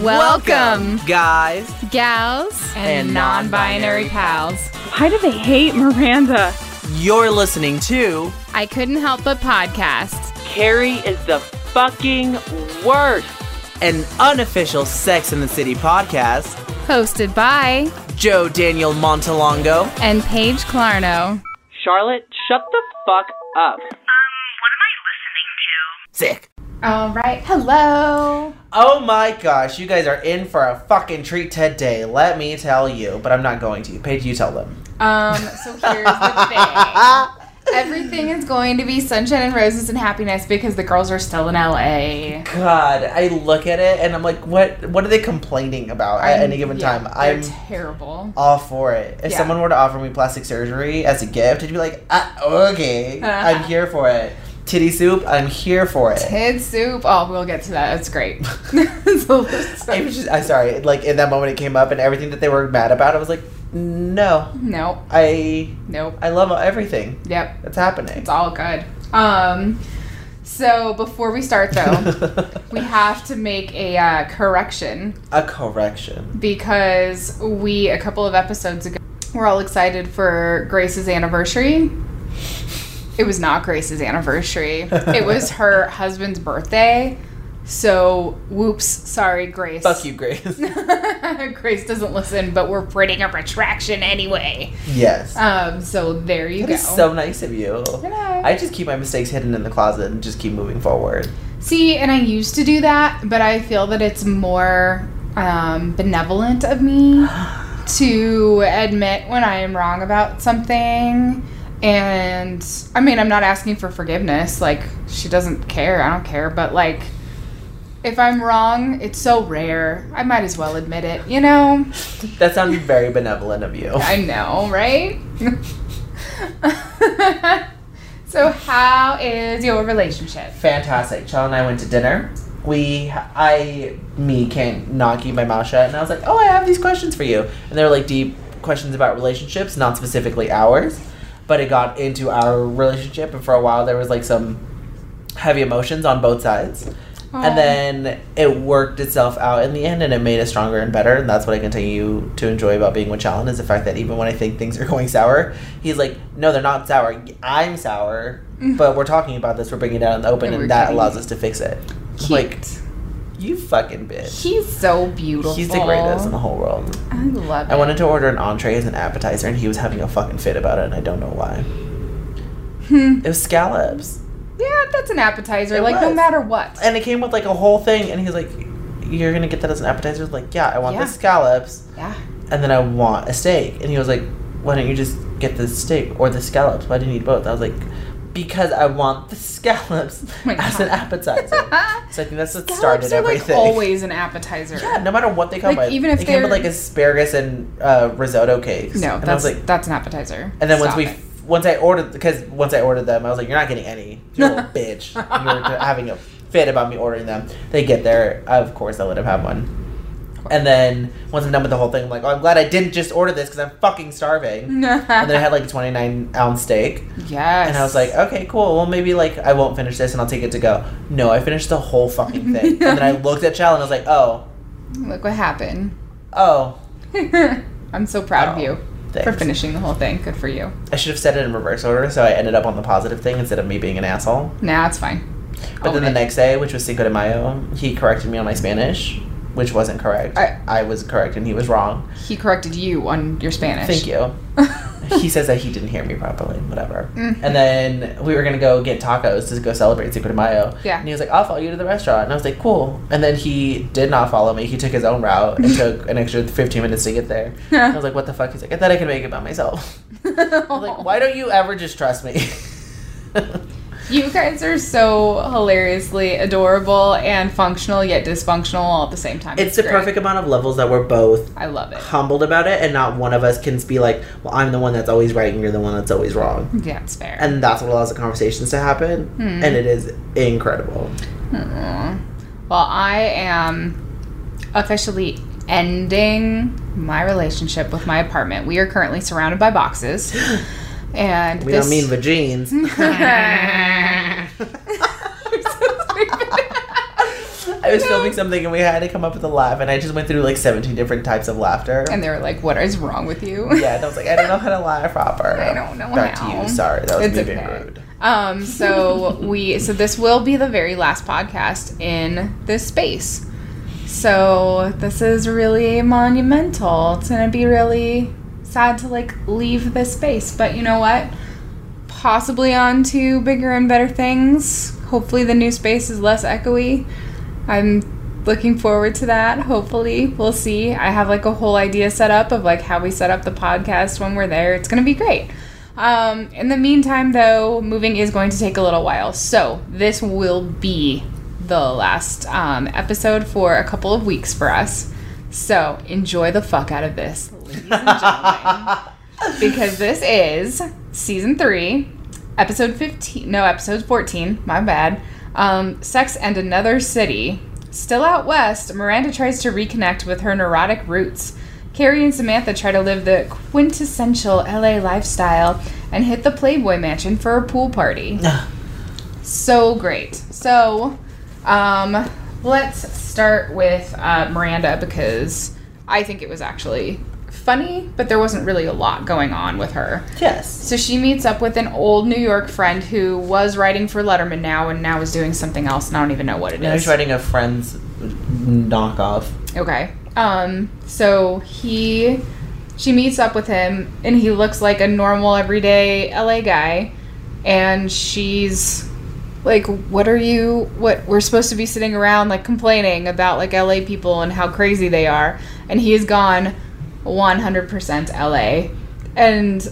Welcome, guys. gals, And non-binary pals. Why do they hate Miranda? You're listening to I couldn't help but podcast. Carrie is the fucking worst. an unofficial Sex in the City podcast. Hosted by Joe Daniel Montalongo. and Paige Clarno. Charlotte, shut the fuck up. Sick. All right, hello. Oh my gosh, you guys are in for a fucking treat today, let me tell you. But I'm not going to. Paige, you tell them. Um, so here's the thing. Everything is going to be sunshine and roses and happiness because the girls are still in LA. God, I look at it and I'm like, what What are they complaining about at any given Yeah, time? they're I'm terrible. all for it. If Yeah. someone were to offer me plastic surgery as a gift, I'd be like, ah, okay, Uh-huh. I'm here for it. Titty soup, I'm here for it. Head soup. Oh, we'll get to that. It's great. So- I was just, I'm sorry. Like in that moment, it came up, and everything that they were mad about, I was like, no, nope. I, Nope. I love everything Yep. that's happening. It's all good. Um, so before we start though, we have to make a uh, correction a correction. because we a couple of episodes ago were all excited for Grace's anniversary. It was not Grace's anniversary. It was her husband's birthday. So, whoops, sorry, Grace. Fuck you, Grace. Grace doesn't listen, but we're printing a retraction anyway. yes, Um, so there you that go. is so nice of you. Hello. I just keep my mistakes hidden in the closet and just keep moving forward. See, and I used to do that, but I feel that it's more um, benevolent of me to admit when I am wrong about something. And I mean, I'm not asking for forgiveness. Like, she doesn't care. I don't care. But, like, if I'm wrong, it's so rare. I might as well admit it, you know? That sounded very benevolent of you. I know, right? so, how is your relationship? fantastic. Chell and I went to dinner. We, I, me can't not keep my mouth shut, and I was like, "Oh, I have these questions for you," and they were like deep questions about relationships, not specifically ours, but it got into our relationship, and for a while there was like some heavy emotions on both sides, Aw. and then it worked itself out in the end, and it made us stronger and better, and that's what I continue to enjoy about being with Challen is the fact that even when I think things are going sour, he's like, "No, they're not sour. I'm sour." But we're talking about this. We're bringing it out in the open, And and, Mm-hmm. we're that cutting allows us to fix it. Cute. Like you, fucking bitch. He's so beautiful. He's the greatest in the whole world. I love it. I wanted to order an entree as an appetizer, and he was having a fucking fit about it, and I don't know why. Hmm. It was scallops, Yeah, that's an appetizer. It like no was. matter what. and it came with like a whole thing, and he's like, "You're gonna get that as an appetizer?" I was like, yeah, I want the Yeah. scallops. Yeah. and then I want a steak. And he was like, why don't you just get the steak or the scallops? Why do you need both? I was like, because I want the scallops Oh my as an God. appetizer. so I think that's what Scallops started are like everything. always an appetizer. Yeah, no matter what they come Like, with. even if they came with they're- like asparagus and uh, risotto cakes. No, and that's I was like, that's an appetizer. and then once Stop we, it. once I ordered, because once I ordered them, I was like, you're not getting any, you little bitch. You were having a fit about me ordering them. They get there, of course, I let him have one. And then once I'm done with the whole thing, I'm like, oh, I'm glad I didn't just order this because I'm fucking starving and then I had like a 29 ounce steak. yes. And I was like, oh. okay, cool. Well, maybe like I won't finish this and I'll take it to go. No, I finished the whole fucking thing. and then I looked at Chal and I was like, oh, look what happened. oh, I'm so proud of Oh, you for thanks. finishing the whole thing. Good for you. I should have said it in reverse order. So I ended up on the positive thing instead of me being an asshole. Nah, it's fine. But then Own the it. next day, which was Cinco de Mayo, he corrected me on my Spanish, which wasn't correct. I- I was correct and he was wrong. He corrected you on your Spanish. Thank you. he says that he didn't hear me properly, whatever. Mm. And then we were gonna go get tacos to go celebrate Cinco de Mayo. Yeah. And he was like, "I'll follow you to the restaurant," and I was like, "Cool." And then he did not follow me. He took his own route and took an extra fifteen minutes to get there. I was like, "What the fuck?" He's like, "I thought I could make it by myself." I was like, "Why don't you ever just trust me?" You guys are so hilariously adorable and functional yet dysfunctional all at the same time. it's the great. perfect amount of levels that we're both I love it. humbled about it, and not one of us can be like, "Well, I'm the one that's always right, and you're the one that's always wrong." Yeah, it's fair. And that's what allows the conversations to happen, Hmm. and it is incredible. Aw. Well, I am officially ending my relationship with my apartment. We are currently surrounded by boxes. And We this Hmm? don't mean vagines. I'm so stupid. I was No. filming something and we had to come up with a laugh, and I just went through like 17 different types of laughter. And they were like, "What is wrong with you?" yeah, and I was like, I don't know how to laugh proper. I don't know Back how. to you. Sorry, that was It's me okay. being rude. Um, so we so this will be the very last podcast in this space. So this is really monumental. It's gonna be really sad to like leave this space, but you know what? Possibly on to bigger and better things. Hopefully the new space is less echoey. I'm looking forward to that. Hopefully we'll see. I have like a whole idea set up of like how we set up the podcast when we're there. It's gonna be great. Um, in the meantime, though, moving is going to take a little while. So this will be the last um, episode for a couple of weeks for us. So enjoy the fuck out of this, ladies and gentlemen, because this is season three, episode fifteen. No, episode fourteen. My bad. Um, Sex and Another City. Still out west, Miranda tries to reconnect with her neurotic roots. Carrie and Samantha try to live the quintessential LA lifestyle and hit the Playboy Mansion for a pool party. so great. So, um, let's start with uh, Miranda because I think it was actually funny, but there wasn't really a lot going on with her. Yes. So she meets up with an old New York friend who was writing for Letterman now and now is doing something else, and I don't even know what it is. Now he's writing a friend's knockoff. Okay. Um, so he she meets up with him and he looks like a normal everyday LA guy and she's like what are you what we're supposed to be sitting around like complaining about like LA people and how crazy they are and he has gone 100% LA and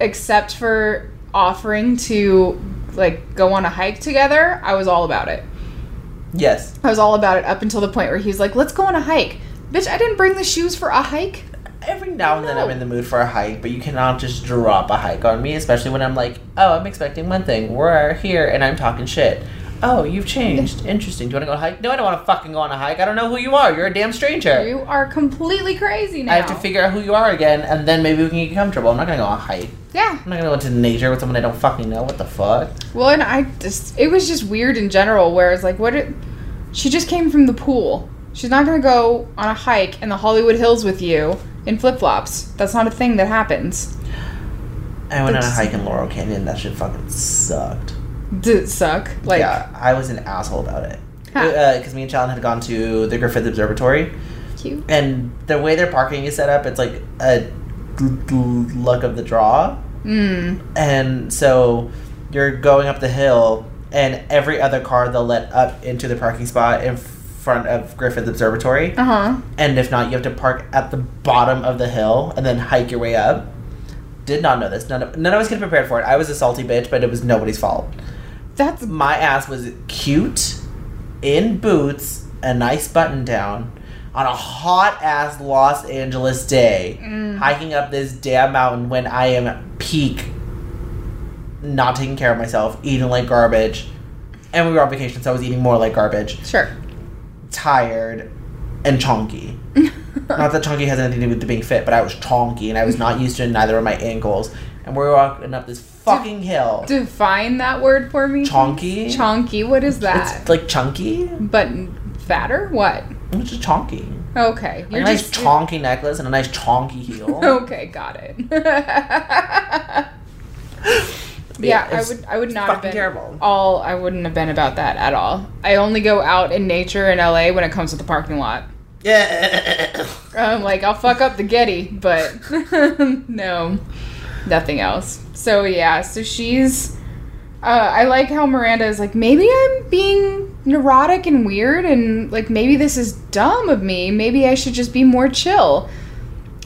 except for offering to like go on a hike together, I was all about it. Yes. I was all about it up until the point where he's like, "Let's go on a hike." Bitch, I didn't bring the shoes for a hike. Every now and then No. I'm in the mood for a hike, but you cannot just drop a hike on me, especially when I'm like, oh, I'm expecting one thing. We're here and I'm talking shit. Oh, you've changed. Interesting. Do you want to go on a hike? No, I don't want to fucking go on a hike. I don't know who you are. You're a damn stranger. You are completely crazy now. I have to figure out who you are again, and then maybe we can get comfortable. I'm not gonna go on a hike. Yeah. I'm not gonna go into nature with someone I don't fucking know. What the fuck? Well, and I just it was just weird in general. Where it's like, what? It, she just came from the pool. She's not gonna go on a hike in the Hollywood Hills with you in flip flops. That's not a thing that happens. I went on a That's- hike in Laurel Canyon. That shit fucking sucked. Did it suck? Like, yeah, I was an asshole about it. Huh. Because me and Challen had gone to the Griffith Observatory, cute. and the way their parking is set up, it's like a l- l- luck of the draw. Mm. And so you're going up the hill, and every other car they'll let up into the parking spot in front of Griffith Observatory. Uh huh. And if not, you have to park at the bottom of the hill and then hike your way up. Did not know this. None of, none of us could prepare for it. I was a salty bitch, but it was nobody's fault. That's My ass was cute, in boots, a nice button down, on a hot ass Los Angeles day, hiking up this damn mountain when I am peak, not taking care of myself, eating like garbage. And we were on vacation, so I was eating more like garbage sure. tired and chonky. not that chonky has anything to do with being fit, but I was chonky and I was not used to it, neither were my ankles. And we were walking up this fucking hill. Define that word for me. Chonky? Chonky. What is that? It's like chunky? but fatter? What? It's just chonky. Okay. Like a nice chonky necklace and a nice chonky heel. Okay, got it. yeah, I it's would I would not have fucking been terrible. all I wouldn't have been about that at all. I only go out in nature in LA when it comes to the parking lot. Yeah. Um, like I'll fuck up the Getty, but no, nothing else. So yeah, so she's. Uh, I like how Miranda is like maybe I'm being neurotic and weird, and like maybe this is dumb of me. Maybe I should just be more chill.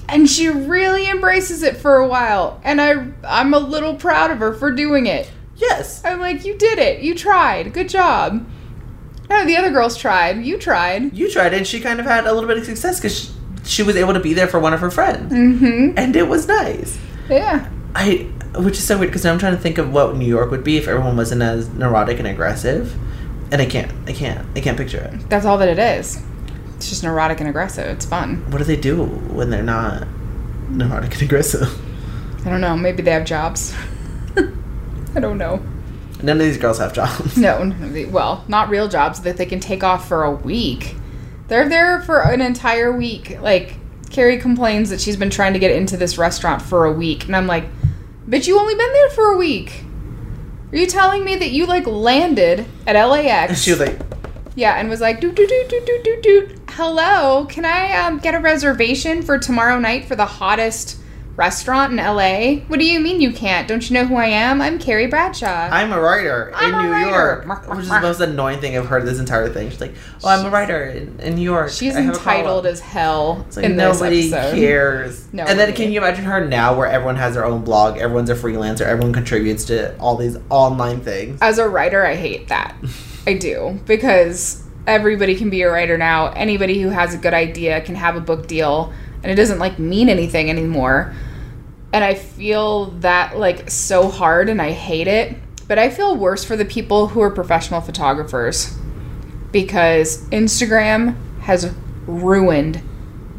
And she really embraces it for a while, and I I'm a little proud of her for doing it. yes. I'm like, you did it. You tried. Good job. No, the other girls tried. You tried. You tried it and she kind of had a little bit of success because she, she was able to be there for one of her friends. Mm-hmm. And it was nice. Yeah. I, which is so weird because now I'm trying to think of what New York would be if everyone wasn't as neurotic and aggressive, and I can't, I can't, I can't picture it. That's all that it is. It's just neurotic and aggressive. It's fun. What do they do when they're not neurotic and aggressive? I don't know. Maybe they have jobs. I don't know. I None of these girls have jobs. No, none of the- well, not real jobs that they can take off for a week. They're there for an entire week. Like, Carrie complains that she's been trying to get into this restaurant for a week. And I'm like, bitch, you only been there for a week. Are you telling me that you, like, landed at LAX? She was like, yeah, and was like, doo doo doo doo doo doo doo. Hello, can I um, get a reservation for tomorrow night for the hottest restaurant in LA? What do you mean you can't? Don't you know who I am? I'm Carrie Bradshaw. I'm a writer I'm in a New writer. York. Which is the most annoying thing I've heard this entire thing. She's like, oh, I'm a writer in, in New York. She's I have a entitled problem." as hell It's like in this nobody episode. cares. And Nobody. then can you imagine her now where everyone has their own blog, everyone's a freelancer, everyone contributes to all these online things. As a writer, I hate that. I do because everybody can be a writer now. Anybody who has a good idea can have a book deal, and it doesn't like mean anything anymore. And I feel that like so hard, and I hate it. But I feel worse for the people who are professional photographers because Instagram has ruined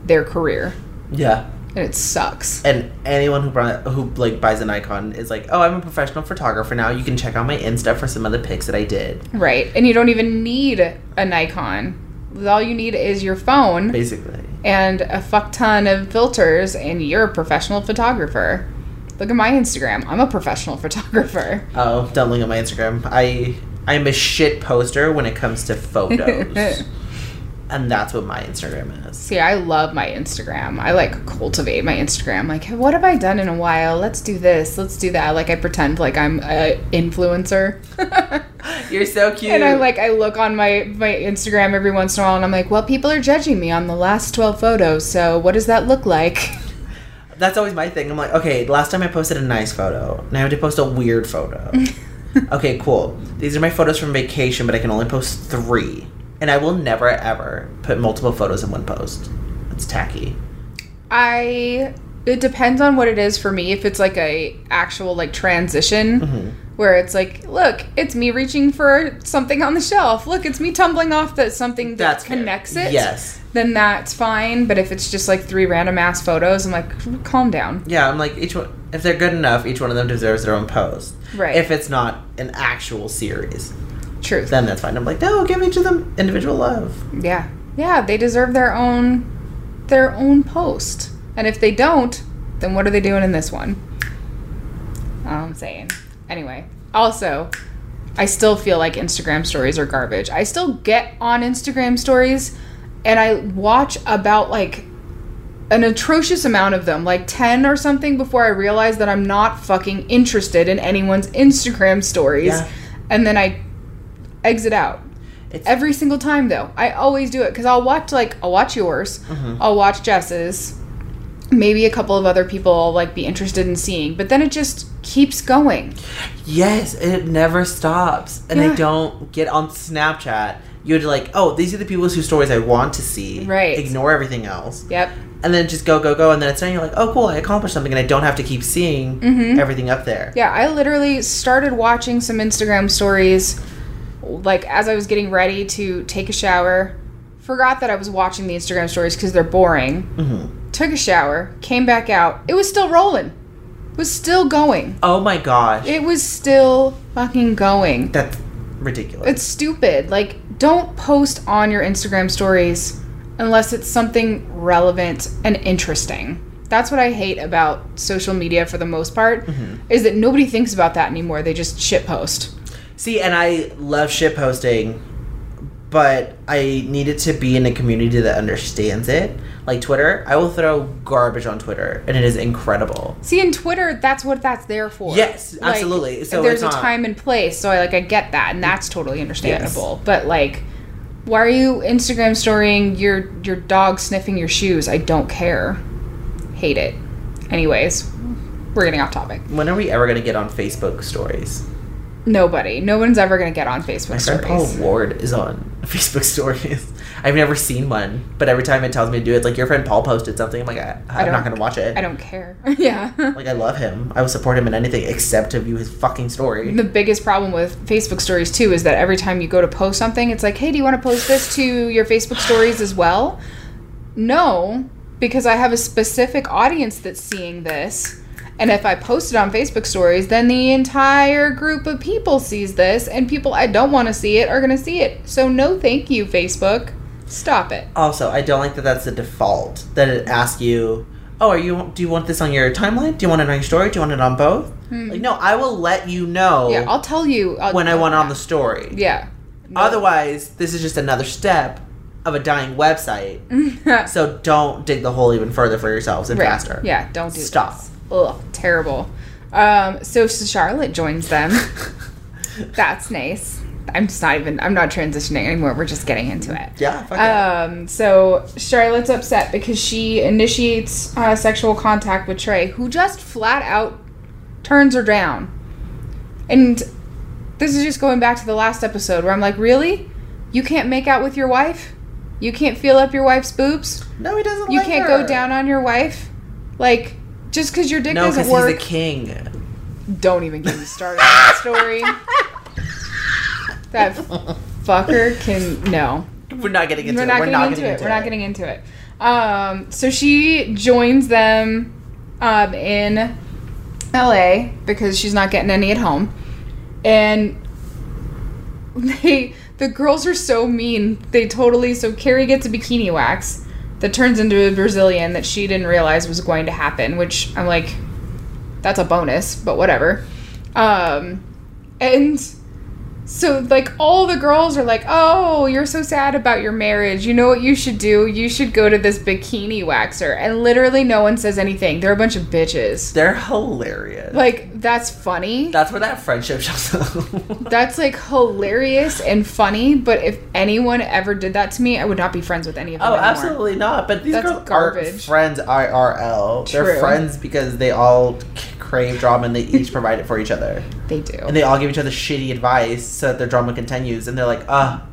their career, Yeah. and it sucks. And anyone who brought, who like buys an icon is like, oh, I'm a professional photographer now. You can check out my Insta for some of the pics that I did. Right. And you don't even need a Nikon. All you need is your phone Basically. and a fuck ton of filters, and you're a professional photographer. Look at my Instagram. I'm a professional photographer. Oh, don't look at my Instagram. I I'm a shit poster when it comes to photos. and that's what my Instagram is. See, I love my Instagram. I like cultivate my Instagram. Like, what have I done in a while? Let's do this. Let's do that. Like, I pretend like I'm a influencer. You're so cute. And I like I look on my my Instagram every once in a while, and I'm like, well, people are judging me on the last twelve photos. So what does that look like? that's always my thing. I'm like, okay, last time I posted a nice photo. Now I have to post a weird photo. okay, cool. These are my photos from vacation, but I can only post three. And I will never ever put multiple photos in one post. It's tacky. I it depends on what it is for me. If it's like a actual like transition Mm-hmm. where it's like, look, it's me reaching for something on the shelf. Look, it's me tumbling off that something that fair. connects it. Yes. Then that's fine. But if it's just like three random ass photos, I'm like, calm down. Yeah, I'm like each one. If they're good enough, each one of them deserves their own post. Right. If it's not an actual series, Truth. then that's fine. I'm like, no, give each of them individual love. yeah. Yeah, they deserve their own their own post. And if they don't, then what are they doing in this one? I'm saying. Anyway, also, I still feel like Instagram stories are garbage. I still get on Instagram stories and I watch about like an atrocious amount of them, like 10 or something, before I realize that I'm not fucking interested in anyone's Instagram stories. Yeah. And then I exit out. It's- Every single time, though. I always do it because I'll watch, like, I'll watch yours, Mm-hmm. I'll watch Jess's, maybe a couple of other people I'll, like, be interested in seeing, but then it just keeps going. Yes, it never stops. And Yeah. I don't get on Snapchat. You're like, oh, these are the people whose stories I want to see. Right. Ignore everything else. Yep. And then just go, go, go. And then it's done. You're like, oh, cool, I accomplished something and I don't have to keep seeing everything up there. Yeah, I literally started watching some Instagram stories like as I was getting ready to take a shower. Forgot that I was watching the Instagram stories because they're boring. Mhm. Took a shower, came back out. It was still rolling. It was still going. Oh my gosh. It was still fucking going. That's ridiculous. It's stupid. Like, don't post on your Instagram stories unless it's something relevant and interesting. That's what I hate about social media for the most part, Mm-hmm. is that nobody thinks about that anymore. They just shit post. See, and I love shit posting, but I needed to be in a community that understands it. Like Twitter, I will throw garbage on Twitter, and it is incredible. See, in Twitter, that's what that's there for. Yes, absolutely. So there's it's a not- time and place, so I like I get that, and that's totally understandable. But like, why are you Instagram storying your your dog sniffing your shoes? I don't care. Hate it. Anyways, we're getting off topic. When are we ever gonna get on Facebook stories? Nobody. No one's ever gonna get on Facebook My friend stories. Paul Ward is on Facebook stories. I've never seen one, but every time it tells me to do it, it's like your friend Paul posted something. I'm like, I, I'm don't- not gonna watch it. I don't care. yeah. Like, I love him. I will support him in anything except to view his fucking story. the biggest problem with Facebook stories too is that every time you go to post something, it's like, hey, do you want to post this to your Facebook stories as well? No, because I have a specific audience that's seeing this. And if I post it on Facebook stories, then the entire group of people sees this, and people I don't want to see it are going to see it. So, no thank you, Facebook. Stop it. Also, I don't like that that's the default. That it asks you, "Oh, are you? Do you want this on your timeline? Do you want it on your story? Do you want it on both?" Like, no, I will let you know Hmm. Yeah, I'll tell you. I'll, Oh. when I want on the story. Yeah. Otherwise, this is just another step of a dying website. Mm-hmm. Right. So don't dig the hole even further for yourselves and faster. Yeah, don't do Stop. this. Ugh, terrible. Um, so Charlotte joins them. That's nice. I'm just not even. I'm not transitioning anymore. We're just getting into it. yeah. Fuck it. Um, so Charlotte's upset because she initiates uh, sexual contact with Trey, who just flat out turns her down. And this is just going back to the last episode where I'm like, really? You can't make out with your wife? You can't feel up your wife's boobs? No, he doesn't. You like can't her. go down on your wife? Like, just because your dick No, because doesn't he's the work. king. Don't even get me started on that story. That fucker can. No. We're not getting into We're it. not getting into it. We're not getting into it. Um, so she joins them um, in LA because she's not getting any at home. And they the girls are so mean. They totally so Carrie gets a bikini wax that turns into a Brazilian that she didn't realize was going to happen, which I'm like, that's a bonus, but whatever. Um, and so like all the girls are like, "Oh, you're so sad about your marriage. You know what you should do? You should go to this bikini waxer." And literally no one says anything. They're a bunch of bitches. They're hilarious. Like that's funny. That's where that friendship shows up. That's like hilarious and funny, but if anyone ever did that to me, I would not be friends with any of them. Oh, anymore. absolutely not. But these That's girls aren't garbage. friends IRL. True. They're friends because they all c- crave drama and they each provide it for each other. They do. And they all give each other shitty advice so that their drama continues. And they're like, ah,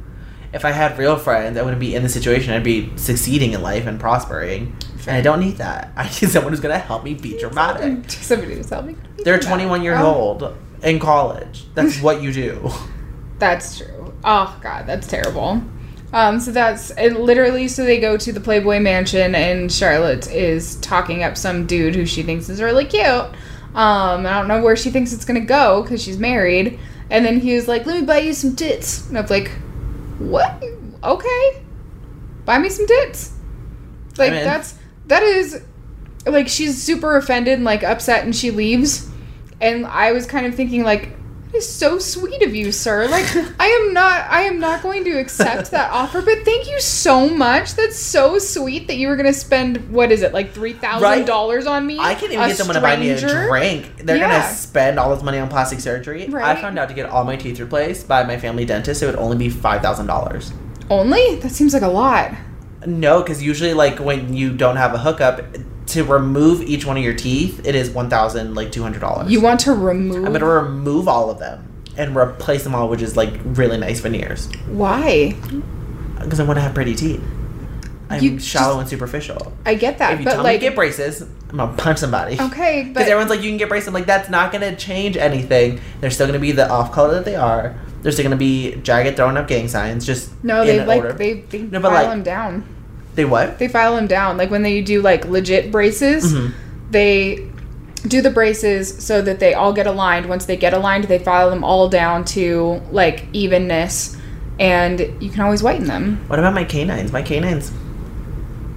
if I had real friends, I wouldn't be in this situation. I'd be succeeding in life and prospering. And I don't need that. I need someone who's going to help me be dramatic. Somebody just help me. They're 21 years Oh. old in college. That's what you do. That's true. Oh god, that's terrible. Um, so that's and literally so they go to the Playboy Mansion and Charlotte is talking up some dude who she thinks is really cute. Um, I don't know where she thinks it's gonna go because she's married. And then he was like, "Let me buy you some tits," and I'm like, "What? Okay, buy me some tits." Like I'm in. that's that is like she's super offended and like upset and she leaves and i was kind of thinking like that is so sweet of you sir like i am not i am not going to accept that offer but thank you so much that's so sweet that you were going to spend what is it like $3000 on me I can't even A get someone to buy me a stranger? drink. They're Yeah. gonna spend all this money on plastic surgery. Right. I found out to get all my teeth replaced by my family dentist, it would only be five thousand dollars. only that seems like a lot No, because usually, like when you don't have a hookup, to remove each one of your teeth, it is one thousand like two hundred dollars. you want to remove I'm gonna remove all of them and replace them all, which is like really nice veneers, why because I want to have pretty teeth. I'm You just- shallow and superficial. i get that If you but tell like me to get braces, I'm gonna punch somebody. okay but Because everyone's like, you can get braces. I'm like, that's not going to change anything. They're still going to be the off color that they are. They're still going to be jagged, throwing up gang signs. Just no in they an like order. they, they No, but, file like- them down they what? they file them down. Like when they do like legit braces, Mhm. they do the braces so that they all get aligned. Once they get aligned, they file them all down to like evenness, and you can always whiten them. What about my canines? My canines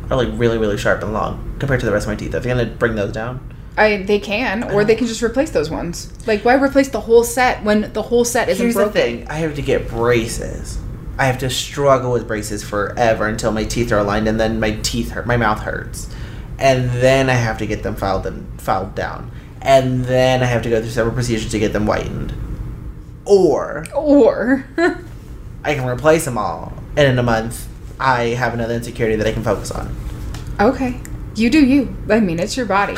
are like really, really sharp and long compared to the rest of my teeth. Are they going to bring those down? I they can, or they can just replace those ones. Like why replace the whole set when the whole set isn't Here's the broken? thing I have to get braces. I have to struggle with braces forever until my teeth are aligned, and then my teeth hurt, my mouth hurts, and then I have to get them filed and filed down, and then I have to go through several procedures to get them whitened, or Or I can replace them all, and in a month, I have another insecurity that I can focus on. okay, you do you. I mean, it's your body.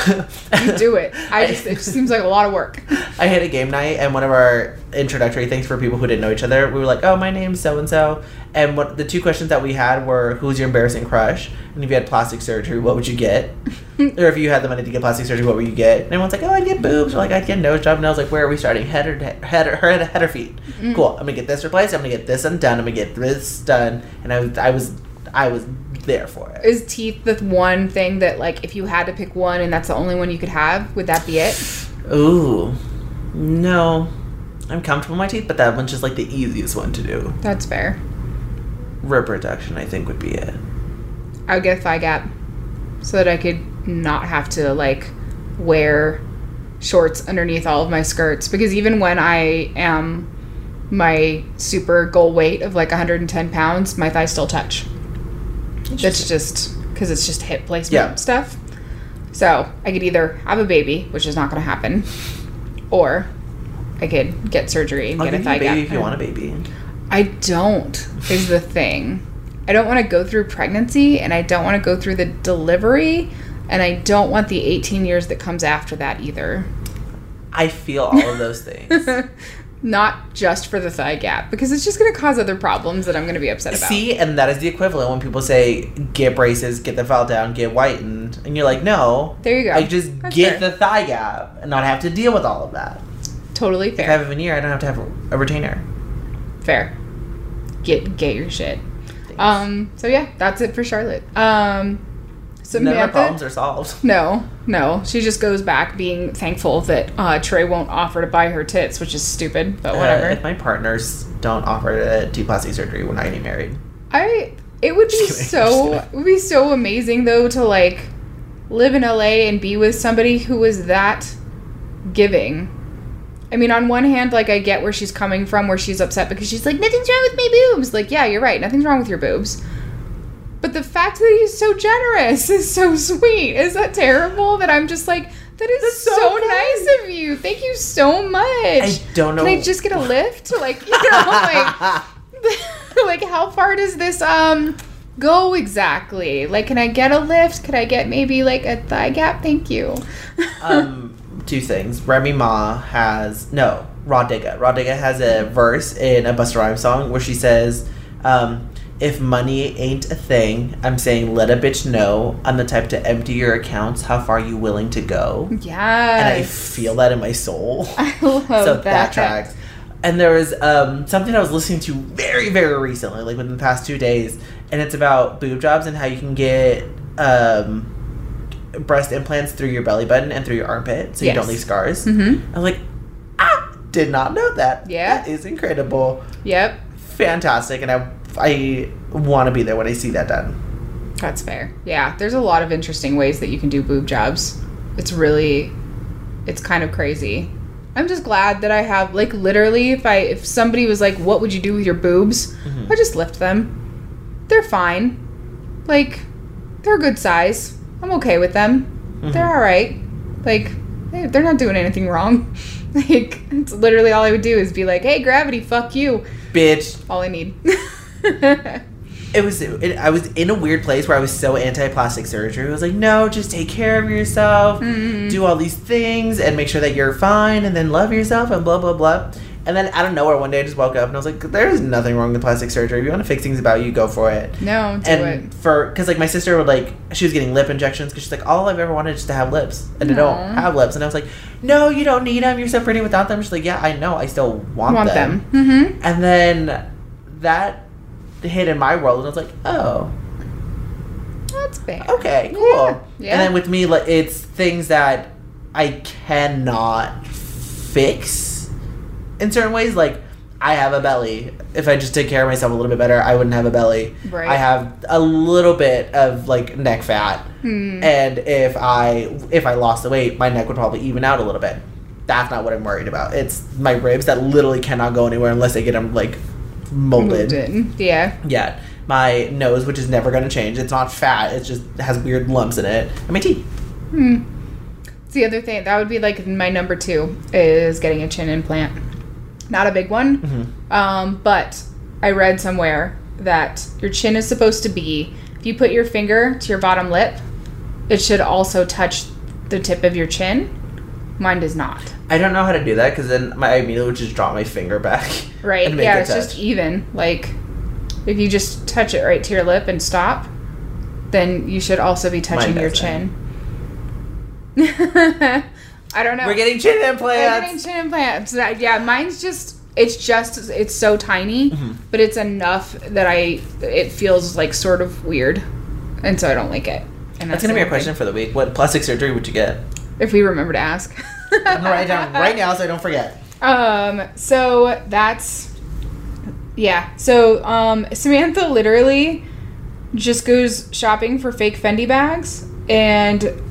You do it. I just it just seems like a lot of work. I had a game night, and one of our introductory things for people who didn't know each other, we were like, "Oh, my name's so and so," and what the two questions that we had were, "Who's your embarrassing crush?" and if you had plastic surgery, what would you get? or if you had the money to get plastic surgery, what would you get? And everyone's like, "Oh, I'd get boobs," or like, "I'd get a nose job." And I was like, "Where are we starting? Head or head or head or, head or feet?" Cool. I'm gonna get this replaced. I'm gonna get this undone. I'm gonna get this done. And I was, I was, I was there for it. Is teeth the one thing that like if you had to pick one and that's the only one you could have, would that be it? Ooh, no, I'm comfortable with my teeth, but that one's just like the easiest one to do. That's fair. Rib reduction, I think, would be it. I would get a thigh gap so that I could not have to like wear shorts underneath all of my skirts because even when I am my super goal weight of like 110 pounds, my thighs still touch. That's just because it's just hip placement Yeah. stuff. So I could either have a baby, which is not going to happen, or I could get surgery and I'll get give a you thigh a baby gap. if you want a baby. I don't is the thing. I don't want to go through pregnancy and I don't want to go through the delivery and I don't want the 18 years that comes after that either. I feel all of those things. Not just for the thigh gap because it's just going to cause other problems that I'm going to be upset about. See, and that is the equivalent when people say get braces, get the fell down, get whitened, and you're like, no, There you go. I just That's get fair. the thigh gap and not have to deal with all of that. totally If I fair. have a veneer, I don't have to have a retainer. Fair. Get get your shit. Um so yeah, that's it for Charlotte. Um None of my Samantha- problems are solved. No, no. She just goes back being thankful that uh, Trey won't offer to buy her tits, which is stupid, but Uh, whatever. if my partners don't offer to do plastic surgery, we're not getting married. I it would be Just kidding, I'm so just it would be so amazing though to like live in LA and be with somebody who was that giving. I mean, on one hand, like I get where she's coming from, where she's upset because she's like, nothing's wrong with my boobs. Like, yeah, you're right, nothing's wrong with your boobs. But the fact that he's so generous is so sweet. Is that terrible? That I'm just like, that is That's so, so nice of you. Thank you so much. I don't know. Can I just get a lift? Like, you know, like like how far does this um go exactly like can i get a lift could i get maybe like a thigh gap thank you um, two things. Remy Ma has no Raw Digga. Raw Digga has a verse in a Busta Rhymes song where she says, um, "If money ain't a thing, I'm saying let a bitch know I'm the type to empty your accounts. How far you willing to go?" And I yes feel that in my soul. I love so that, that, tracks. And there was um, something I was listening to very, very recently, like within the past two days, and it's about boob jobs and how you can get um, breast implants through your belly button and through your armpit, so you Yes. don't leave scars. mm-hmm I'm like, ah, did not know that. Yeah. that is incredible, yep fantastic, and I, I want to be there when I see that done. that's fair yeah there's a lot of interesting ways that you can do boob jobs it's really it's kind of crazy i'm just glad that i have like literally if i if somebody was like what would you do with your boobs Mhm. i just lift them they're fine like they're a good size i'm okay with them they're Mm-hmm. all right. Like, they- they're not doing anything wrong. Like, it's literally all I would do is be like, "Hey, gravity, fuck you." Mm-hmm. Bitch, All I need. it was it, i was in a weird place where i was so anti-plastic surgery i was like no just take care of yourself do all these things and make sure that you're fine and then love yourself and blah blah blah and then out of nowhere one day i just woke up and i was like there's nothing wrong with plastic surgery if you want to fix things about you go for it no, do and for because like my sister would like she was getting lip injections because she's like all I've ever wanted is to have lips and I Aw. don't have lips and I was like no you don't need them you're so pretty without them she's like yeah I know I still it. want, Want them. them? Mm-hmm. And then that hit in my world, and I was like, oh, That's fair. okay, cool. Yeah. And then with me, like, it's things that I cannot fix in certain ways. Like, I have a belly. If I just took care of myself a little bit better, I wouldn't have a belly. Right. I have a little bit of like neck fat, Hmm. and if I if I lost the weight, my neck would probably even out a little bit. That's not what I'm worried about. It's my ribs that literally cannot go anywhere unless they get them like Moved molded in. Yeah. yet. My nose, which is never going to change, it's not fat. It just has weird lumps in it. And my teeth. Hmm. It's the other thing. That would be like my number two is getting a chin implant. Not a big one, um, but I read somewhere that your chin is supposed to be. If you put your finger to your bottom lip, it should also touch the tip of your chin. Mine does not. I don't know how to do that because then my I immediately would just draw my finger back. Right? And make Yeah, it it's just touch. even. Like if you just touch it right to your lip and stop, then you should also be touching your chin. doesn't. I don't know. We're getting chin I'm getting implants. chin implants. That- Yeah, mine's just it's just it's Mm-hmm. so tiny, but it's enough that I it feels like sort of weird. and so I don't like it. And That's gonna be the our question for the week. What plastic surgery would you get? thing. If we remember to ask. I'm gonna write it down right now so I don't forget. Um, so that's yeah. So um Samantha literally just goes shopping for fake Fendi bags and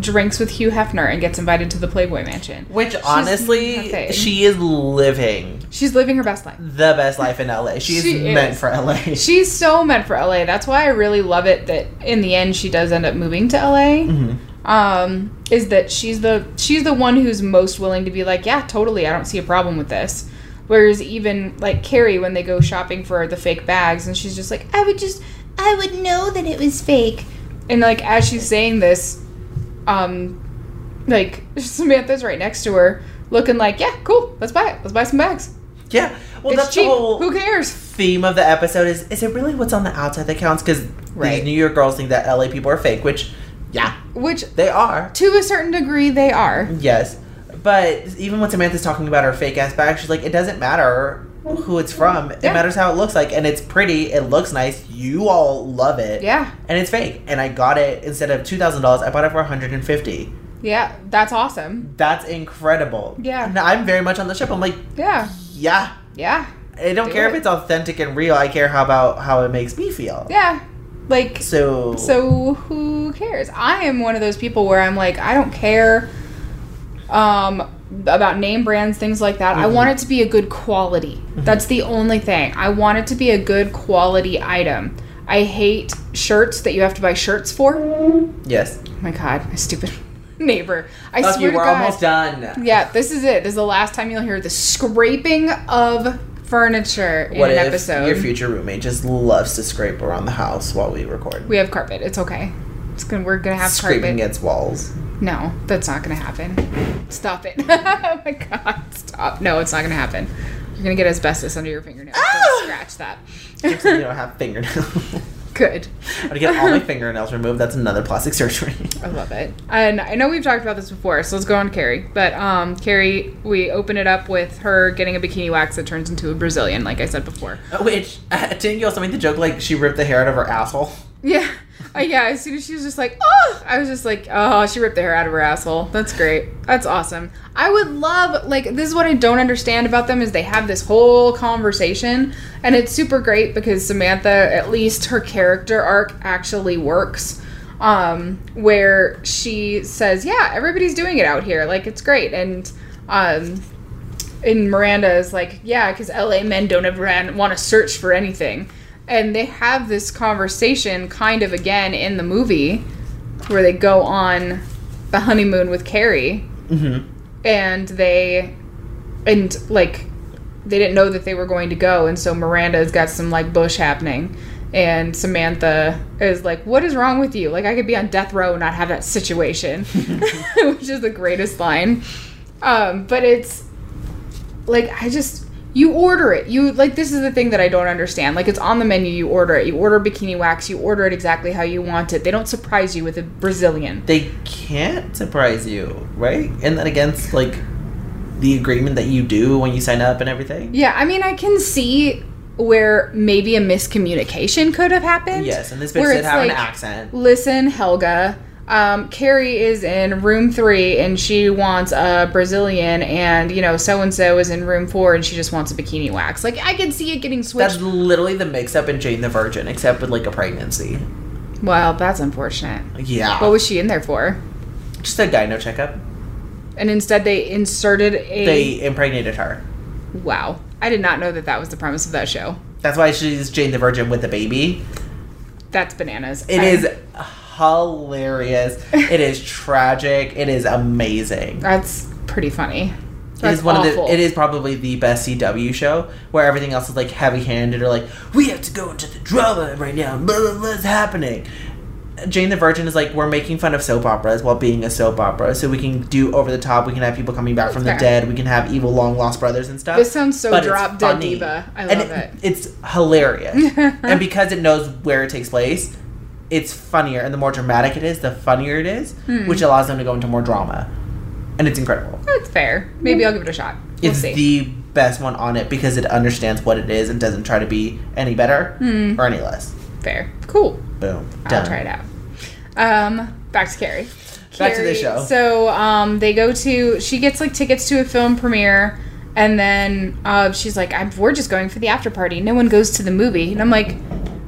drinks with Hugh Hefner and gets invited to the Playboy Mansion. Which honestly, okay. she is living She's living her best life. the best life in LA. She is She meant is. for LA. She's so meant for LA. That's why I really love it that in the end she does end up moving to LA. Um, is that she's the she's the one who's most willing to be like, yeah, totally, I don't see a problem with this. Whereas even like Carrie when they go shopping for the fake bags and she's just like, I would just I would know that it was fake. And like as she's saying this, um, like Samantha's right next to her, looking like, yeah, cool, let's buy it, let's buy some bags. yeah. Well, it's that's cheap. the whole Who cares? theme of the episode is is it really what's on the outside that counts? Because Right. these New York girls think that LA people are fake, which, yeah, Which they are. to a certain degree they are. Yes. But even when Samantha's talking about her fake ass bag, she's like, it doesn't matter who it's from. It Yeah. matters how it looks like. And it's pretty. It looks nice. You all love it. Yeah. And it's fake. And I got it instead of $2,000, I bought it for 150 Yeah, that's awesome. That's incredible. Yeah. And I'm very much on the ship. I'm like, Yeah. yeah. Yeah. I don't Do care if it. it's authentic and real. I care how about how it makes me feel. Yeah. Like So, so who cares? I am one of those people where I'm like I don't care um about name brands things like that. I want it to be a good quality. That's the only thing. I want it to be a good quality item. I hate shirts that you have to buy shirts for. Oh yes. my god, my stupid neighbor. I Fuck swear you, to we're god. almost done. Yeah, this is it. This is the last time you'll hear the scraping of furniture in What an if episode. your future roommate just loves to scrape around the house while we record? We have carpet. It's okay. It's gonna, we're gonna have scraping carpet. against walls. No, that's not gonna happen. Stop it. oh my god, stop. No, it's not gonna happen. You're gonna get asbestos under your fingernails. Ah! Don't scratch Just so you that. don't have fingernails. Good. I'd get all my fingernails removed. That's another plastic surgery. I love it. And I know we've talked about this before, so let's go on to Carrie. But um, Carrie, we open it up with her getting a bikini wax that turns into a Brazilian, like I said before. Which uh, didn't you also make the joke like she ripped the hair out of her asshole? Yeah. Uh, yeah, as soon as she was just like, oh, I was just like, oh, she ripped the hair out of her asshole. That's great. That's awesome. I would love, like, this is what I don't understand about them is they have this whole conversation, and it's super great because Samantha, at least her character arc actually works. Um, where she says, yeah, everybody's doing it out here. Like, it's great. And, um, and Miranda is like, yeah, because LA men don't ever want to search for anything. And they have this conversation kind of again in the movie where they go on the honeymoon with Carrie Mm-hmm. and they, and like, they didn't know that they were going to go. And so Miranda's got some like bush happening. And Samantha is like, What is wrong with you? Like, I could be on death row and not have that situation, which is the greatest line. Um, but it's like I just you order it. You like this is the thing that I don't understand. Like it's on the menu, you order it. You order bikini wax, you order it exactly how you want it. They don't surprise you with a Brazilian. They can't surprise you, right? And then against like the agreement that you do when you sign up and everything. Yeah, I mean I can see where maybe a miscommunication could have happened. Yes, and this Where bitch did it's have an like, accent. Listen, Helga. Um, Carrie is in room three and she wants a Brazilian, and you know so and so is in room four and she just wants a bikini wax. Like I can see it getting switched. That's literally the mix-up in Jane the Virgin, except with like a pregnancy. well, that's unfortunate. Yeah, What was she in there for? just a gyno checkup. and instead they inserted a They impregnated her. wow i did not know that that was the premise of that show That's why she's Jane the Virgin with a baby. that's bananas It I- is hilarious. It is tragic. It is amazing. that's pretty funny It that's is one awful. of the. It is probably the best CW show where everything else is like heavy-handed or like we have to go into the drama right now. Blah blah blah's happening. Jane the Virgin is like we're making fun of soap operas while being a soap opera, so we can do over the top. We can have people coming back from Fair. the dead. We can have evil long lost brothers and stuff. This sounds so but it's drop dead funny. diva. I And love it. It's hilarious, and because it knows where it takes place, it's funnier. And the more dramatic it is, the funnier it is, Hmm. which allows them to go into more drama, and it's incredible that's fair maybe i'll give it a shot we'll it's see the best one on it because it understands what it is and doesn't try to be any better or any less. fair cool Boom. Hmm. I'll try it out. Um, back to Carrie. Back to the show. So um, they go to. She gets like tickets to a film premiere, and then uh, she's like, I'm, "We're just going for the after party. No one goes to the movie." And I'm like,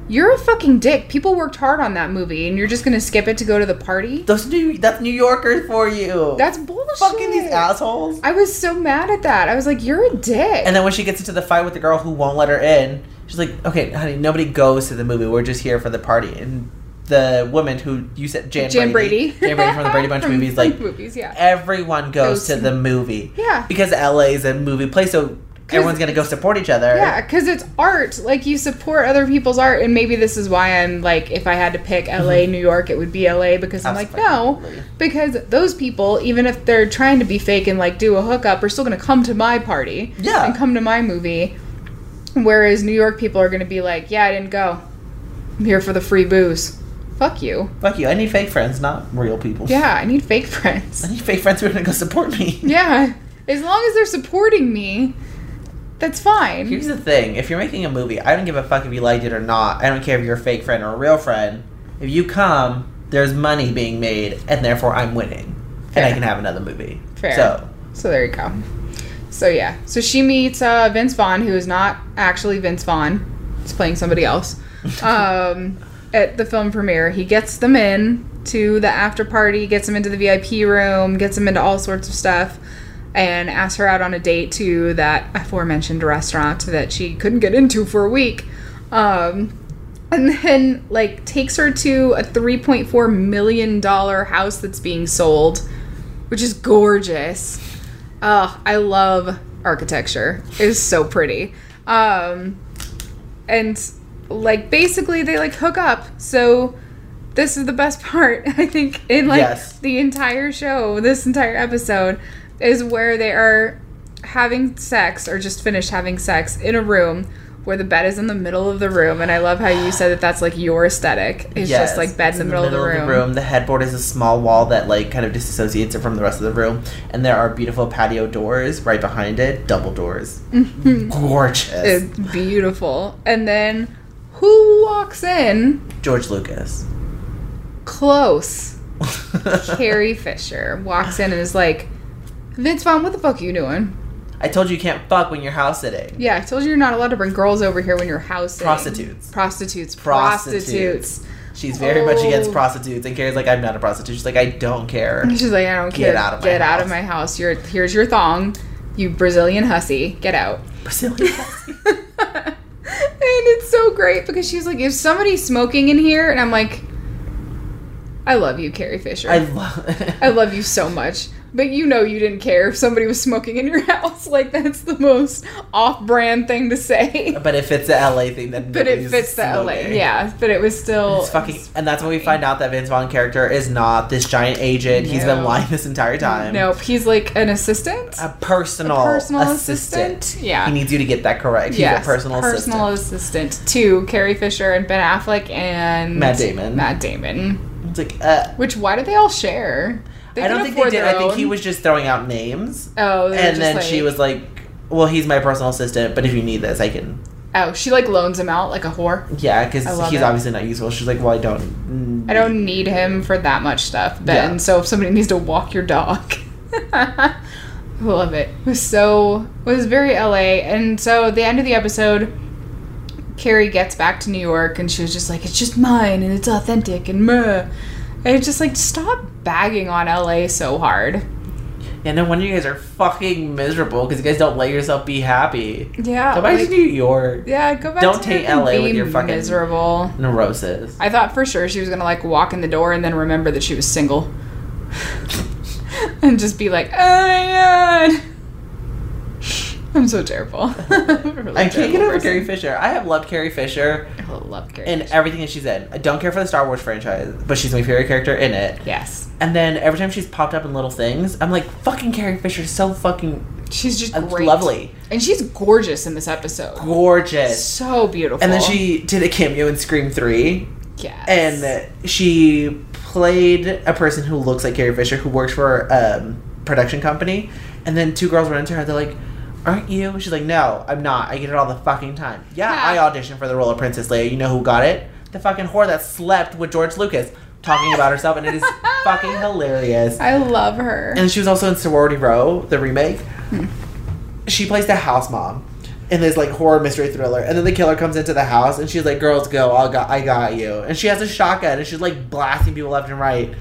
"You're a fucking dick. People worked hard on that movie, and you're just gonna skip it to go to the party? Those New that's New Yorkers for you. That's bullshit." fucking these assholes. I was so mad at that. I was like, "You're a dick." And then when she gets into the fight with the girl who won't let her in, she's like, "Okay, honey, nobody goes to the movie. We're just here for the party." And the woman who you said Jan, Jan Brady. Jan Brady from the Brady Bunch From- movies, from like movies, yeah. everyone goes Goes to to- the movie. Yeah. because LA is a movie place, so everyone's gonna go support each other. Yeah, because it's art. Like you support other people's art, and maybe this is why I'm like, if I had to pick L.A., New York, it would be L.A. Because I'm like, no, Mm-hmm. Absolutely. because those people, even if they're trying to be fake and like do a hookup, are still gonna come to my party. Yeah. and come to my movie. Whereas New York people are gonna be like, yeah, I didn't go. I'm here for the free booze. Fuck you. Fuck you. I need fake friends, not real people. Yeah, I need fake I friends. need fake friends who are gonna go support me. Yeah, as long as they're supporting me, that's fine. Here's the thing: if you're making a movie, I don't give a fuck if you liked it or not. I don't care if you're a fake friend or a real friend. If you come, there's money being made, and therefore I'm winning, and I Fair. can have another movie. Fair. So So there you go. So yeah. So she meets uh, Vince Vaughn, who is not actually Vince Vaughn. He's playing somebody else. Um, at the film premiere, he gets them in to the after party, gets them into the VIP room, gets them into all sorts of stuff, and asks her out on a date to that aforementioned restaurant that she couldn't get into for a week. Um, and then like takes her to a 3.4 million dollar house that's being sold which is gorgeous oh i love architecture it is so pretty um and like basically they like hook up so this is the best part i think in like Yes. the entire show this entire episode is where they are having sex or just finished having sex in a room where the bed is in the middle of the room and i love how you said that that's like your aesthetic it's yes, just like bed it's in the, middle, of the room, The headboard is a small wall that like kind of disassociates it from the rest of the room, and there are beautiful patio doors right behind it, double doors, Mm-hmm. gorgeous. It's beautiful. And then who walks in? George Lucas. Close. Carrie Fisher walks in and is like, Vince Vaughn, what the fuck are you doing? I told you you can't fuck when you're house sitting. Yeah, I told you you're not allowed to bring girls over here when you're house sitting. Prostitutes. Prostitutes. Prostitutes. Prostitutes. She's very much against Oh. prostitutes, and Carrie's like, I'm not a prostitute. She's like, I don't care. And she's like, I don't Get care. out of my Get out of house." my house. You're, here's your thong, you Brazilian hussy. Get out. Brazilian. and it's so great because she was like, if somebody's smoking in here, and I'm like, I love you, Carrie Fisher. I love. I love you so much. But you know you didn't care if somebody was smoking in your house. Like that's the most off-brand thing to say. but if it's the LA thing, then But it nobody's fits the LA. smoking. Yeah, but it was still It's fucking, and that's when we find out that Vince Vaughn character is not this giant agent. He's been No. lying this entire time. Nope, he's like an assistant. a personal, A personal assistant. assistant? Yeah. he needs you to get that correct. Yes, He's a personal, personal assistant. assistant. to Carrie Fisher and Ben Affleck and Matt Damon. Matt Damon. It's like, uh, Which why did they all share? I don't can think afford they did. their I think he own. was just throwing out names, Oh, they were and just then she like- was like, "Well, he's my personal assistant, but if you need this, I can." Oh, she like loans him out like a whore. Yeah, because I love he's it. obviously not useful. She's like, "Well, I don't." mm." I don't need him for that much stuff, Ben. Yeah. So if somebody needs to walk your dog, I love it. It was so it was very LA, and so at the end of the episode, Carrie gets back to New York, and she was just like, "It's just mine, and it's authentic, and meh." And it's just like, stop bagging on LA so hard. Yeah, no wonder you guys are fucking miserable because you guys don't let yourself be happy. Yeah, Go back like- to New York. yeah, go back. Don't to New take York and LA with be your fucking- miserable. Neurosis. I thought for sure she was gonna like walk in the door and then remember that she was single, and just be like, "Oh my god, I'm so terrible." I'm a really I can't get terrible over person. Carrie Fisher. I have loved Carrie Fisher I love Carrie. in Fisher. everything that she's in. I don't care for the Star Wars franchise, but she's my favorite character in it. yes, And then every time she's popped up in little things, I'm like, fucking Carrie Fisher is so fucking she's just uh, great, lovely, and she's gorgeous in this episode. gorgeous. So beautiful. And then she did a cameo in Scream 3, yes. and she played a person who looks like Carrie Fisher, who works for a um, production company. And then two girls run into her, they're like, Aren't you? She's like, No, I'm not. I get it all the fucking time. Yeah, Yeah. I auditioned for the role of Princess Leia. You know who got it? the fucking whore that slept with George Lucas talking about herself, and it is fucking hilarious. I love her. And she was also in Sorority Row, the remake. Hmm. She plays the house mom in this like horror mystery thriller. And then the killer comes into the house and she's like, Girls, go, I'll got I got you. And she has a shotgun and she's like blasting people left and right.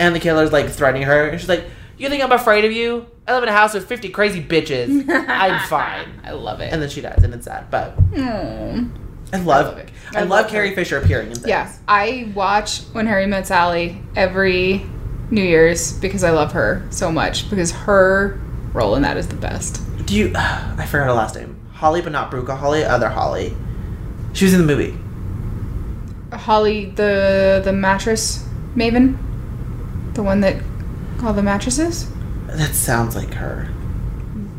And the killer's like threatening her. And she's like, You think I'm afraid of you? I live in a house with 50 crazy bitches. I'm fine. I love it. And then she dies and it's sad. But Mm. I love I love, it. I love Carrie Fisher appearing in things. Yeah, I watch When Harry Met Sally every New Year's because I love her so much because her role in that is the best. Do you I forgot her last name. Holly but not Bruca Holly, other Holly. She was in the movie. Holly, the the mattress maven, the one that called the mattresses, That sounds like her.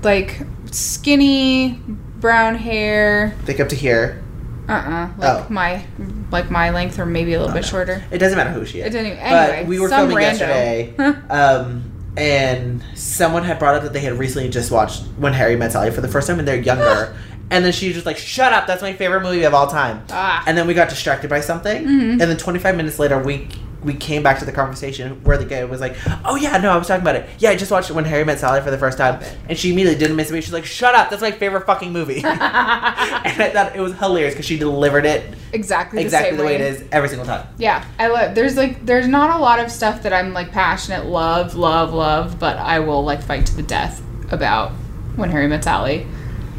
like skinny brown hair. Think up to here. Uh uh like Oh. my like my length or maybe a little Oh, bit no. shorter. It doesn't matter who she is. It didn't even- anyway, but we were some filming rando. yesterday, um, and someone had brought up that they had recently just watched When Harry Met Sally for the first time, and they're younger. and then she was just like, "Shut up! That's my favorite movie of all time." Ah. Mm-hmm. And then we got distracted by something, and then 25 minutes later, we we came back to the conversation where the guy was like, "Oh yeah, no, I was talking about it. Yeah, I just watched When Harry Met Sally for the first time," and she immediately didn't miss a beat. She's like, "Shut up! That's my favorite fucking movie." and I thought it was hilarious because she delivered it Exactly the exactly same the way it is every single time. Yeah, I love. There's like there's not a lot of stuff that I'm like passionate, love, love, love, but I will like fight to the death about when Harry met Sally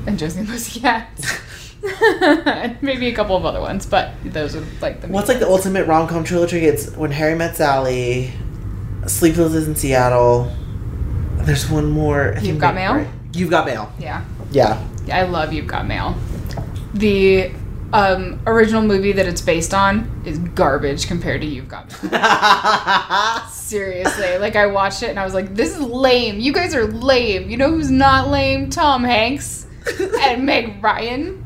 and Josie and the Pussycats. and maybe a couple of other ones, but those are like the. main- What's like the ultimate rom com trilogy? It's When Harry Met Sally, Sleepless in Seattle. There's one more. I think Got that- Mail? right. You've got mail. yeah, Yeah. I love You've Got Mail. The um, original movie that it's based on is garbage compared to You've Got Mail. Seriously, like I watched it and I was like, this is lame. You guys are lame. You know who's not lame? Tom Hanks and Meg Ryan.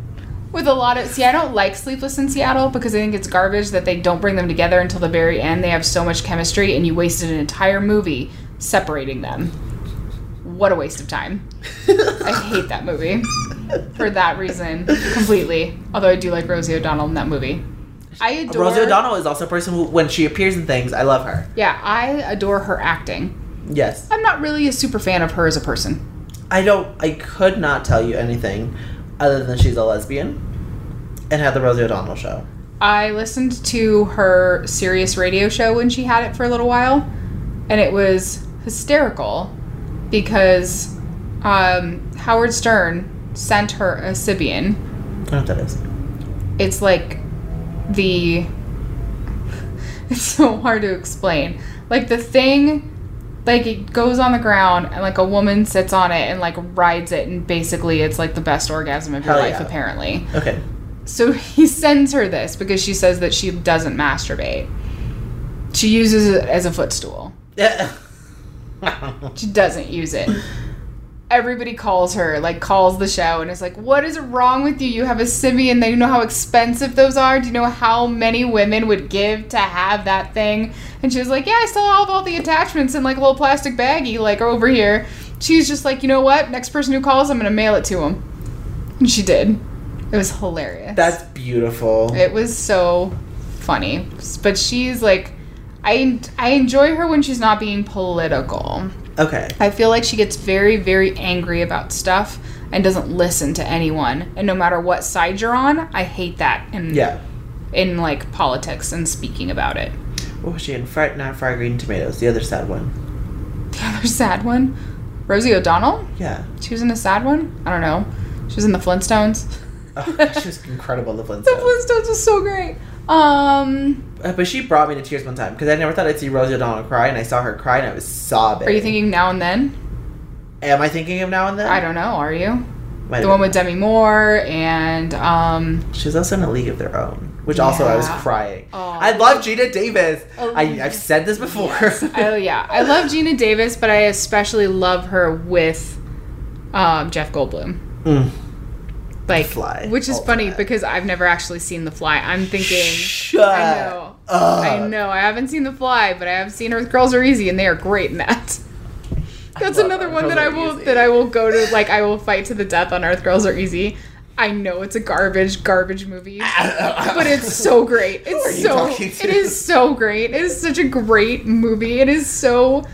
With a lot of see, I don't like Sleepless in Seattle because I think it's garbage that they don't bring them together until the very end. They have so much chemistry, and you wasted an entire movie separating them. What a waste of time! I hate that movie for that reason completely. Although I do like Rosie O'Donnell in that movie. I adore Rosie O'Donnell is also a person who, when she appears in things, I love her. Yeah, I adore her acting. Yes. I'm not really a super fan of her as a person. I don't. I could not tell you anything other than she's a lesbian and had the Rosie O'Donnell show. I listened to her serious radio show when she had it for a little while, and it was hysterical because um, Howard Stern sent her a Sibian. I don't know what that is. It's like the. It's so hard to explain. Like the thing, like it goes on the ground and like a woman sits on it and like rides it, and basically it's like the best orgasm of your Hell life, yeah. apparently. Okay. So he sends her this because she says that she doesn't masturbate. She uses it as a footstool. Yeah. She doesn't use it. Everybody calls her, like calls the show, and is like, "What is wrong with you? You have a Sibian. They know how expensive those are. Do you know how many women would give to have that thing?" And she was like, "Yeah, I still have all the attachments in like a little plastic baggie, like over here." She's just like, "You know what? Next person who calls, I'm gonna mail it to him." And she did. It was hilarious. That's beautiful. It was so funny. But she's like I I enjoy her when she's not being political. Okay. I feel like she gets very very angry about stuff and doesn't listen to anyone. And no matter what side you're on, I hate that in Yeah. in like politics and speaking about it. What was Oh, she in? Fright Not Fried Green Tomatoes, the other sad one. The other sad one, Rosie O'Donnell. Yeah. She was in a sad one. I don't know. She was in the Flintstones. Oh, that was incredible, the Flintstones. The Flintstones was so great. Um, Uh, But she brought me to tears one time because I never thought I'd see Rosie O'Donnell cry, and I saw her cry, and I was sobbing. are you thinking now and then? Am I thinking of now and then? I don't know. Are you? Might have the one been with Demi Moore and um that. She was also in A League of Their Own, which also I was Yeah. crying. Oh. I love Gina Davis. Oh, I, I've said this before. oh yeah, I love Gina Davis, but I especially love her with um, Jeff Goldblum. Mm. Like Fly. which is All funny Fly. because I've never actually seen The Fly. I'm thinking Shut I know. up. I know I haven't seen The Fly, but I have seen her with Girls Are Easy and they are great in that. That's love another her. one Girls that I Are will Easy. that I will go to like I will fight to the death on Earth Girls Are Easy. I know it's a garbage, garbage movie, but it's so great. are It's you so talking it to? is so great. It is such a great movie. It is so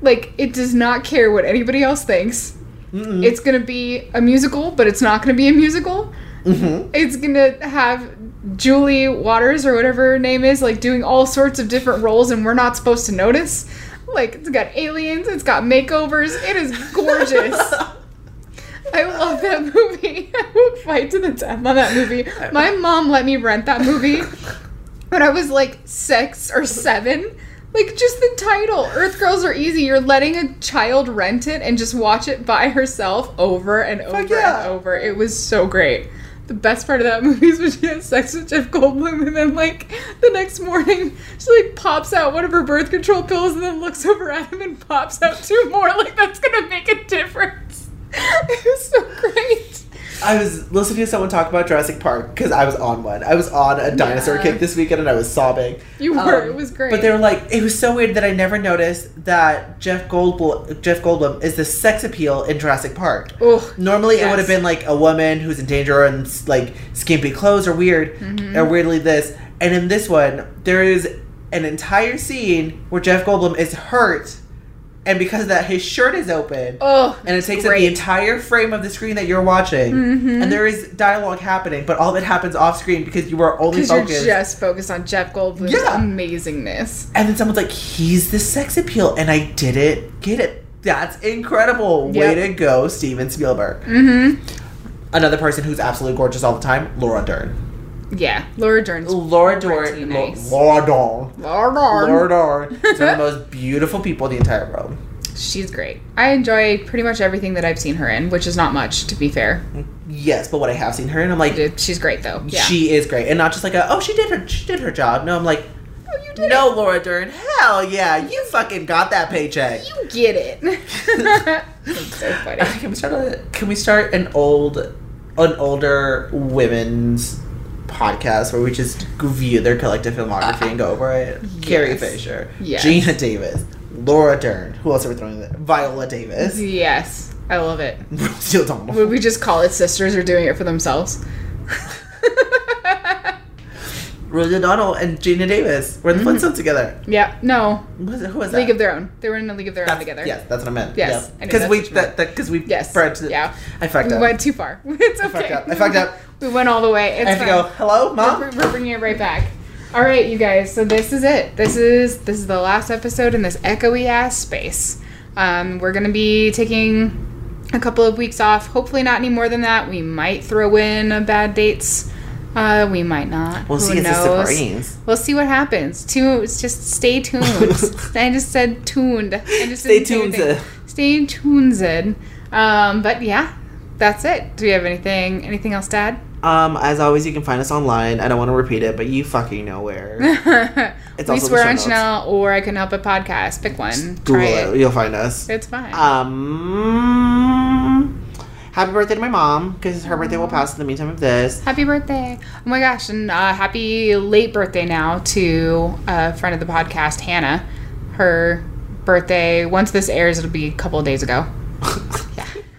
like it does not care what anybody else thinks. It's gonna be a musical, but it's not gonna be a musical. Mhm. It's gonna have Julie Waters or whatever her name is, like doing all sorts of different roles, and we're not supposed to notice. Like it's got aliens, it's got makeovers. It is gorgeous. I love that movie. I would fight to the death on that movie. My mom let me rent that movie when I was like six or seven. Like just the title, Earth Girls Are Easy. You're letting a child rent it and just watch it by herself over and over yeah. and over. It was so great. The best part of that movie is when she has sex with Jeff Goldblum, and then like the next morning she like pops out one of her birth control pills, and then looks over at him and pops out two more. Like that's gonna make a difference. it was so great. I was listening to someone talk about Jurassic Park because I was on one. I was on a dinosaur Yeah. kick this weekend and I was sobbing. You were. it was great. Um, But they were like, it was so weird that I never noticed that Jeff Goldblum, Jeff Goldblum is the sex appeal in Jurassic Park. Ugh. Normally, it Yes. would have been like a woman who's in danger and s- like skimpy clothes or weird, Mm-hmm. or weirdly this. And in this one, there is an entire scene where Jeff Goldblum is hurt, and because of that, his shirt is open. Oh, And it takes up great. Mm-hmm. the entire frame of the screen that you're watching, and there is dialogue happening, but all of it happens off screen because you are only because you're focused. just focused on Jeff Goldblum's Yeah. amazingness. And then someone's like, "He's the sex appeal," and I didn't get it. That's incredible. Yep. Way to go, Steven Spielberg. Mm-hmm. Another person who's absolutely gorgeous all the time, Laura Dern. Yeah, Laura Dern's Laura pretty Dern. Lo- nice. Laura Dern. Laura Dern. Laura Dern is one of the most beautiful people in the entire world. She's great. I enjoy pretty much everything that I've seen her in, which is not much, to be fair. Yes, but what I have seen her, and I'm like, Dude, She's great though. Yeah. she is great, and not just like a, oh, she did her, she did her job. No, I'm like, oh, you did no, Laura Dern, hell yeah, you fucking got that paycheck. it. You get it. That's so funny. Can we start? A, can we start an old, an older women's podcast where we just view their collective filmography and go over it? Carrie yes. Fisher, Yes. Gina Davis, Laura Dern. Who else are we throwing? There? Viola Davis, Yes, I love it. Rosie O'Donnell. Would we just call it sisters or doing it for themselves? Rosie O'Donnell and Gina Davis were in the Flintstones together. yeah. No. Who was, it- who was that? Mm-hmm. League of Their Own. They were in a League of Their That's- Own together. Yes, that's what I meant. Yes, I knew because that's we what you meant. that because we Yes. branched it- Yeah. I fucked We up. went too far. It's okay. fucked up. I fucked up. We went all the way. It's I have to fine. go. Hello, mom. We're, we're bringing it right back. All right, you guys. So this is it. This is this is the last episode in this echoey ass space. Um, we're gonna be taking a couple of weeks off. Hopefully, not any more than that. We might throw in a bad dates. Uh, we might not. We'll Who see. It's a knows? surprise. We'll see what happens. Tune. Just stay tuned. I just said tuned. I just Stay didn't say tuned. anything. Stay tuned. Um, but yeah, that's it. Do we have anything? Anything else, Dad? Um, as always, you can find us online. I don't want to repeat it, but you fucking know where. It's we also in the swear show on notes. Chanel or I can help a podcast. Pick one. Google Try it. it. You'll find us. It's fine. Um, happy birthday to my mom because her birthday will pass in the meantime of this. happy birthday. Oh my gosh. And uh, happy late birthday now to a friend of the podcast, Hannah. Her birthday, once this airs, it'll be a couple of days ago.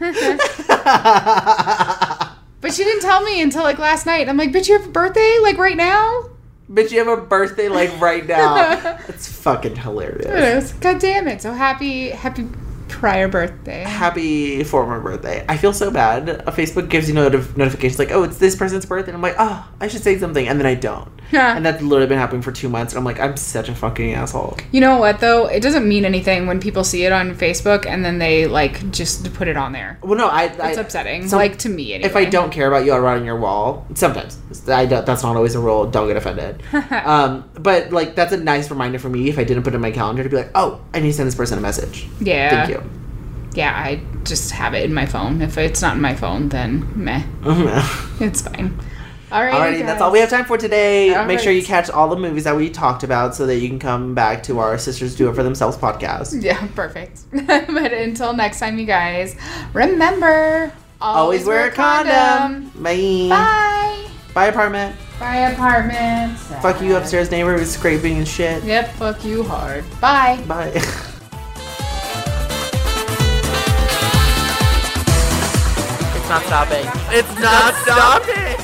But she didn't tell me until like last night. I'm like, bitch, you have a birthday? Like right now? Bitch, you have a birthday like right now. it's fucking hilarious. It is. God damn it. So happy, happy prior birthday. Happy former birthday. I feel so bad. Facebook gives you notif- notifications like, oh, it's this person's birthday. And I'm like, oh, I should say something. And then I don't. and that's literally been happening for two months. And I'm like, I'm such a fucking asshole. You know what though? It doesn't mean anything when people see it on Facebook and then they like just put it on there. Well, no, I. It's upsetting. some- like to me, anyway. If I don't care about you, I'll write on your wall. Sometimes I don't, that's not always a rule. Don't get offended. um, but like that's a nice reminder for me if I didn't put it in my calendar to be like, oh, I need to send this person a message. yeah, Thank you. yeah, I just have it in my phone. If it's not in my phone, then meh, it's fine. All right, Alrighty, that's all we have time for today. All Make sure you right. catch all the movies that we talked about so that you can come back to our Sisters Do It For Themselves podcast. Yeah, perfect. but until next time, you guys, remember Always, wear a condom. Bye. Bye. Bye, apartment. Bye, apartments. Fuck you, upstairs neighbor who's scraping and shit. Yep, fuck you hard. Bye. Bye. not stopping. It's not stopping.